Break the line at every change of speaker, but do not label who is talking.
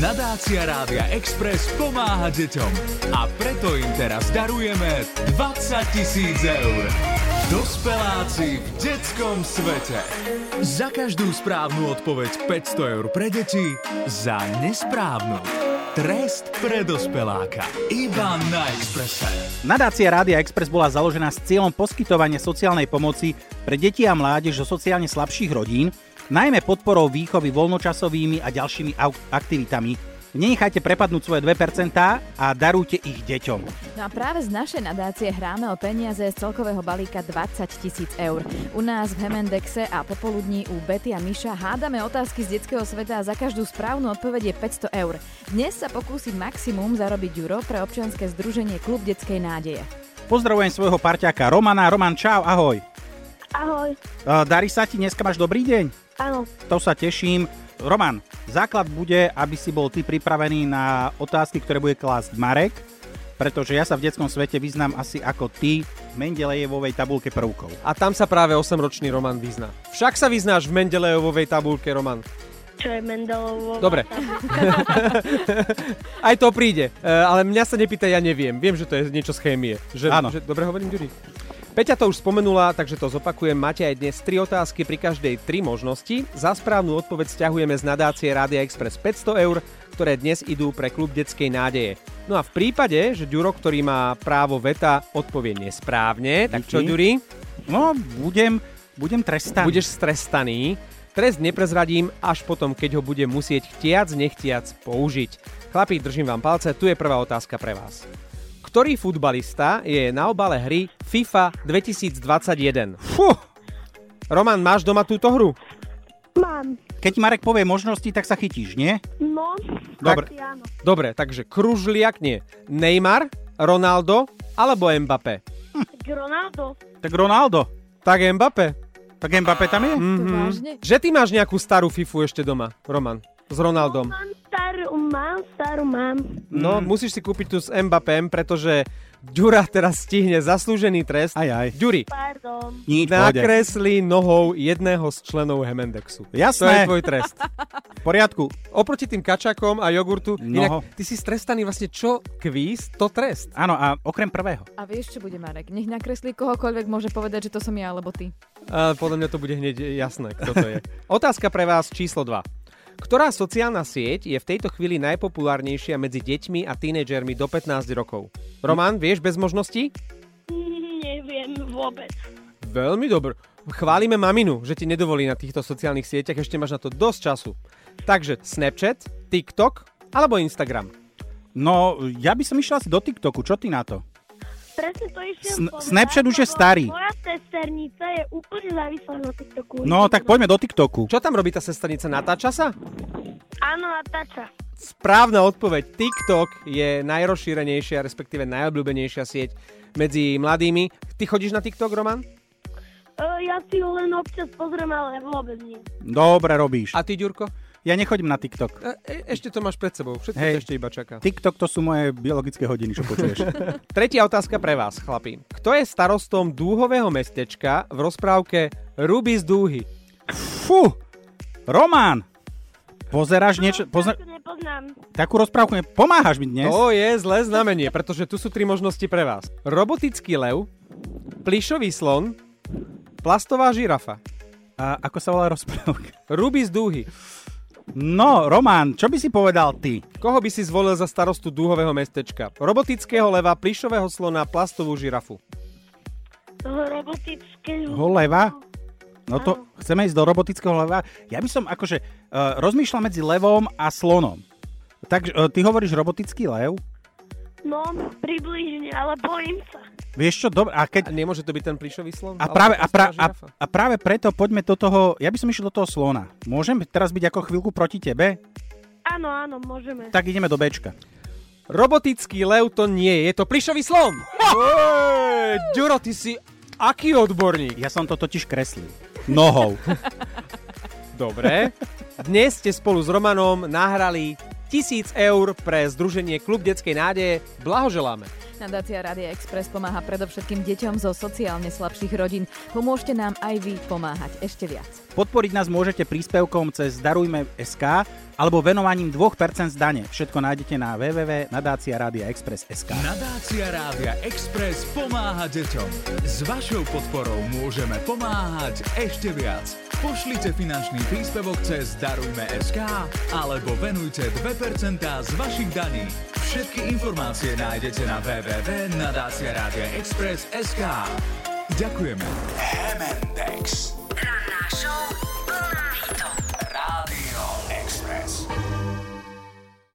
Nadácia Rádia Express pomáha deťom a preto im teraz darujeme 20 tisíc eur. Dospeláci v detskom svete. Za každú správnu odpoveď 500 eur pre deti, za nesprávnu. Trest pre dospeláka. Iba na Exprese.
Nadácia Rádia Express bola založená s cieľom poskytovania sociálnej pomoci pre deti a mládež zo sociálne slabších rodín, najmä podporou výchovy voľnočasovými a ďalšími au- aktivitami. Nenechajte prepadnúť svoje 2% a darujte ich deťom.
No a práve z našej nadácie hráme o peniaze z celkového balíka 20 tisíc eur. U nás v Hemendexe a popoludní u Betty a Miša hádame otázky z detského sveta a za každú správnu odpoveď je 500 eur. Dnes sa pokúsi maximum zarobiť Juro pre občianske združenie Klub detskej nádeje.
Pozdravujem svojho parťáka Romana. Roman, čau, ahoj.
Ahoj,
E, Darí sa ti, dneska máš dobrý deň?
áno,
To sa teším. Roman, základ bude, aby si bol ty pripravený na otázky, ktoré bude klásť Marek, pretože ja sa v detskom svete vyznám asi ako ty v Mendelejevovej tabulke prvkov.
A tam sa práve 8-ročný Roman vyzná. Však sa vyznáš v Mendelejovej tabulke, Roman.
čo je Mendelovo.
Dobre. Aj to príde, E, ale mňa sa nepýta, ja neviem. Viem, že to je niečo z chémie. Že,
Áno.
Že, dobre hovorím, Ďuri? Peťa to už spomenula, takže to zopakujem. Máte aj dnes tri otázky, pri každej tri možnosti. Za správnu odpoveď stiahujeme z nadácie Rádia Express 500 eur, ktoré dnes idú pre klub detskej nádeje. No a v prípade, že Ďuro, ktorý má právo veta, odpovie nesprávne, tak čo,
Díky.
Ďuri?
No, budem, budem trestaný.
Budeš strestaný. Trest neprezradím až potom, keď ho bude musieť chtiac, nechtiac použiť. Chlapi, držím vám palce, tu je prvá otázka pre vás. Ktorý futbalista je na obale hry FIFA 2021? Fú! Roman, máš doma túto hru?
Mám.
Keď ti Marek povie možnosti, tak sa chytíš, nie?
No,
Dobre.
asi áno.
Dobre, takže kružliak nie. Neymar, Ronaldo alebo Mbappé?
Tak Ronaldo,
Tak Ronaldo.
Tak Mbappé.
Tak Mbappé tam je?
To vážne?
Že ty máš nejakú starú FIFU ešte doma, Roman? S Ronaldom.
mám starú, mám starú, mám.
No, musíš si kúpiť tu s Mbappém, pretože Ďura teraz stihne zaslúžený trest.
Aj, aj.
Ďuri,
Pardon.
Hm. Nič, pohode.
nakresli nohou jedného z členov Hemendexu. To je
Jasné,
tvoj trest.
v poriadku.
Oproti tým kačakom a jogurtu,
Noho.
inak ty si strestaný vlastne čo kvíz, to trest.
Áno, a okrem prvého.
A vieš, čo bude Marek? Nech nakreslí kohokoľvek, môže povedať, že to som ja alebo ty.
Uh, podľa mňa to bude hneď jasné, kto to je. Otázka pre vás číslo 2. Ktorá sociálna sieť je v tejto chvíli najpopulárnejšia medzi deťmi a tínedžermi do 15 rokov? Roman, vieš bez možností?
Neviem vôbec.
Veľmi dobré. Chválime maminu, že ti nedovolí na týchto sociálnych sieťach, ešte máš na to dosť času. Takže Snapchat, TikTok alebo Instagram.
No, ja by som išla asi do TikToku, čo ty na to?
Presne to išlo.
Sn- Snapchat už je starý.
Moja sesternica je úplne závislá na TikToku.
No, tak poďme do TikToku.
Čo tam robí tá sestrnica? Natáča sa?
Áno, natáča.
Správna odpoveď. TikTok je najrozšírenejšia, respektíve najobľúbenejšia sieť medzi mladými. Ty chodíš na TikTok, Roman?
E, ja si ho len občas pozriem, ale vôbec nie.
Dobre robíš.
A ty, Ďurko?
Ja nechodím na TikTok.
E- e- ešte to máš pred sebou, všetko
Hej.
to ešte iba čaká.
TikTok to sú moje biologické hodiny, čo počuješ.
Tretia otázka pre vás, chlapi. Kto je starostom dúhového mestečka v rozprávke Ruby z dúhy?
Fú! Román! Pozeráš niečo... Pozna-
Pozna... Nepoznám.
takú rozprávku... Ne- pomáhaš mi dnes?
To je zlé znamenie, pretože tu sú tri možnosti pre vás. Robotický lev, plišový slon, plastová žirafa.
A ako sa volá rozprávka?
Ruby z dúhy.
No, Román, čo by si povedal ty?
Koho by si zvolil za starostu dúhového mestečka? Robotického leva, plišového slona, plastovú žirafu.
Toho robotického.
Ho leva? No to chceme ísť do robotického leva. Ja by som akože uh, rozmýšľal medzi levom a slonom. Tak uh, ty hovoríš robotický lev?
No, približne, ale bojím sa.
Vieš čo, dobre, a
A
keď...
nemôže to byť ten plišový slon?
A
Alebo
práve, a, pra,
plastová
a,
žirafa?
a práve preto poďme do toho, ja by som išiel do toho slona. Môžem teraz byť ako chvíľku proti tebe?
Áno, áno, môžeme.
Tak ideme do Bčka.
Robotický lev to nie je, je to plišový slon! Ej, Ďuro, ty si aký odborník?
Ja som to totiž kreslil. Nohou.
Dobre. Dnes ste spolu s Romanom nahrali 1000 eur pre združenie Klub detskej nádeje. Blahoželáme.
Nadácia Rádia Express pomáha predovšetkým deťom zo sociálne slabších rodín. Pomôžte nám aj vy pomáhať ešte viac.
Podporiť nás môžete príspevkom cez Darujme.sk alebo venovaním 2% z dane. Všetko nájdete na www.nadáciaradiaexpress.sk
Nadácia Rádia Express pomáha deťom. S vašou podporou môžeme pomáhať ešte viac. Pošlite finančný príspevok cez Darujme.sk alebo venujte 2% z vašich daní. Všetky informácie nájdete na www.nadáciaradiaexpress.sk Ďakujeme.